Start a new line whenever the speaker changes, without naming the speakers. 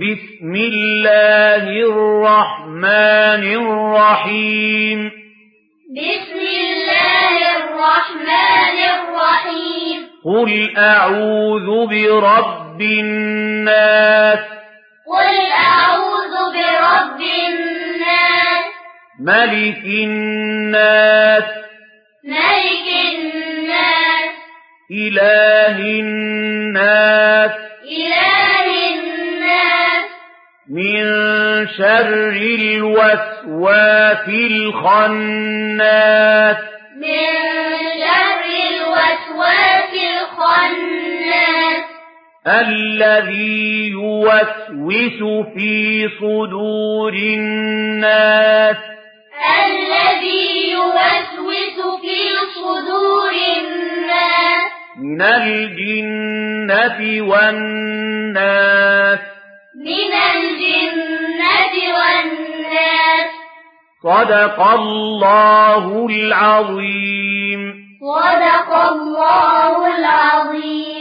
بسم الله الرحمن الرحيم
بسم الله الرحمن الرحيم
قل أعوذ برب الناس
قل أعوذ برب الناس
ملك الناس
ملك الناس
إله الناس
إله الناس
من شر الوسواس الخناس
من شر الوسواس الخناس
الذي يوسوس في صدور الناس
الذي يوسوس في صدور الناس
من الجنة والناس
من الجنة والناس
صدق الله العظيم
صدق الله العظيم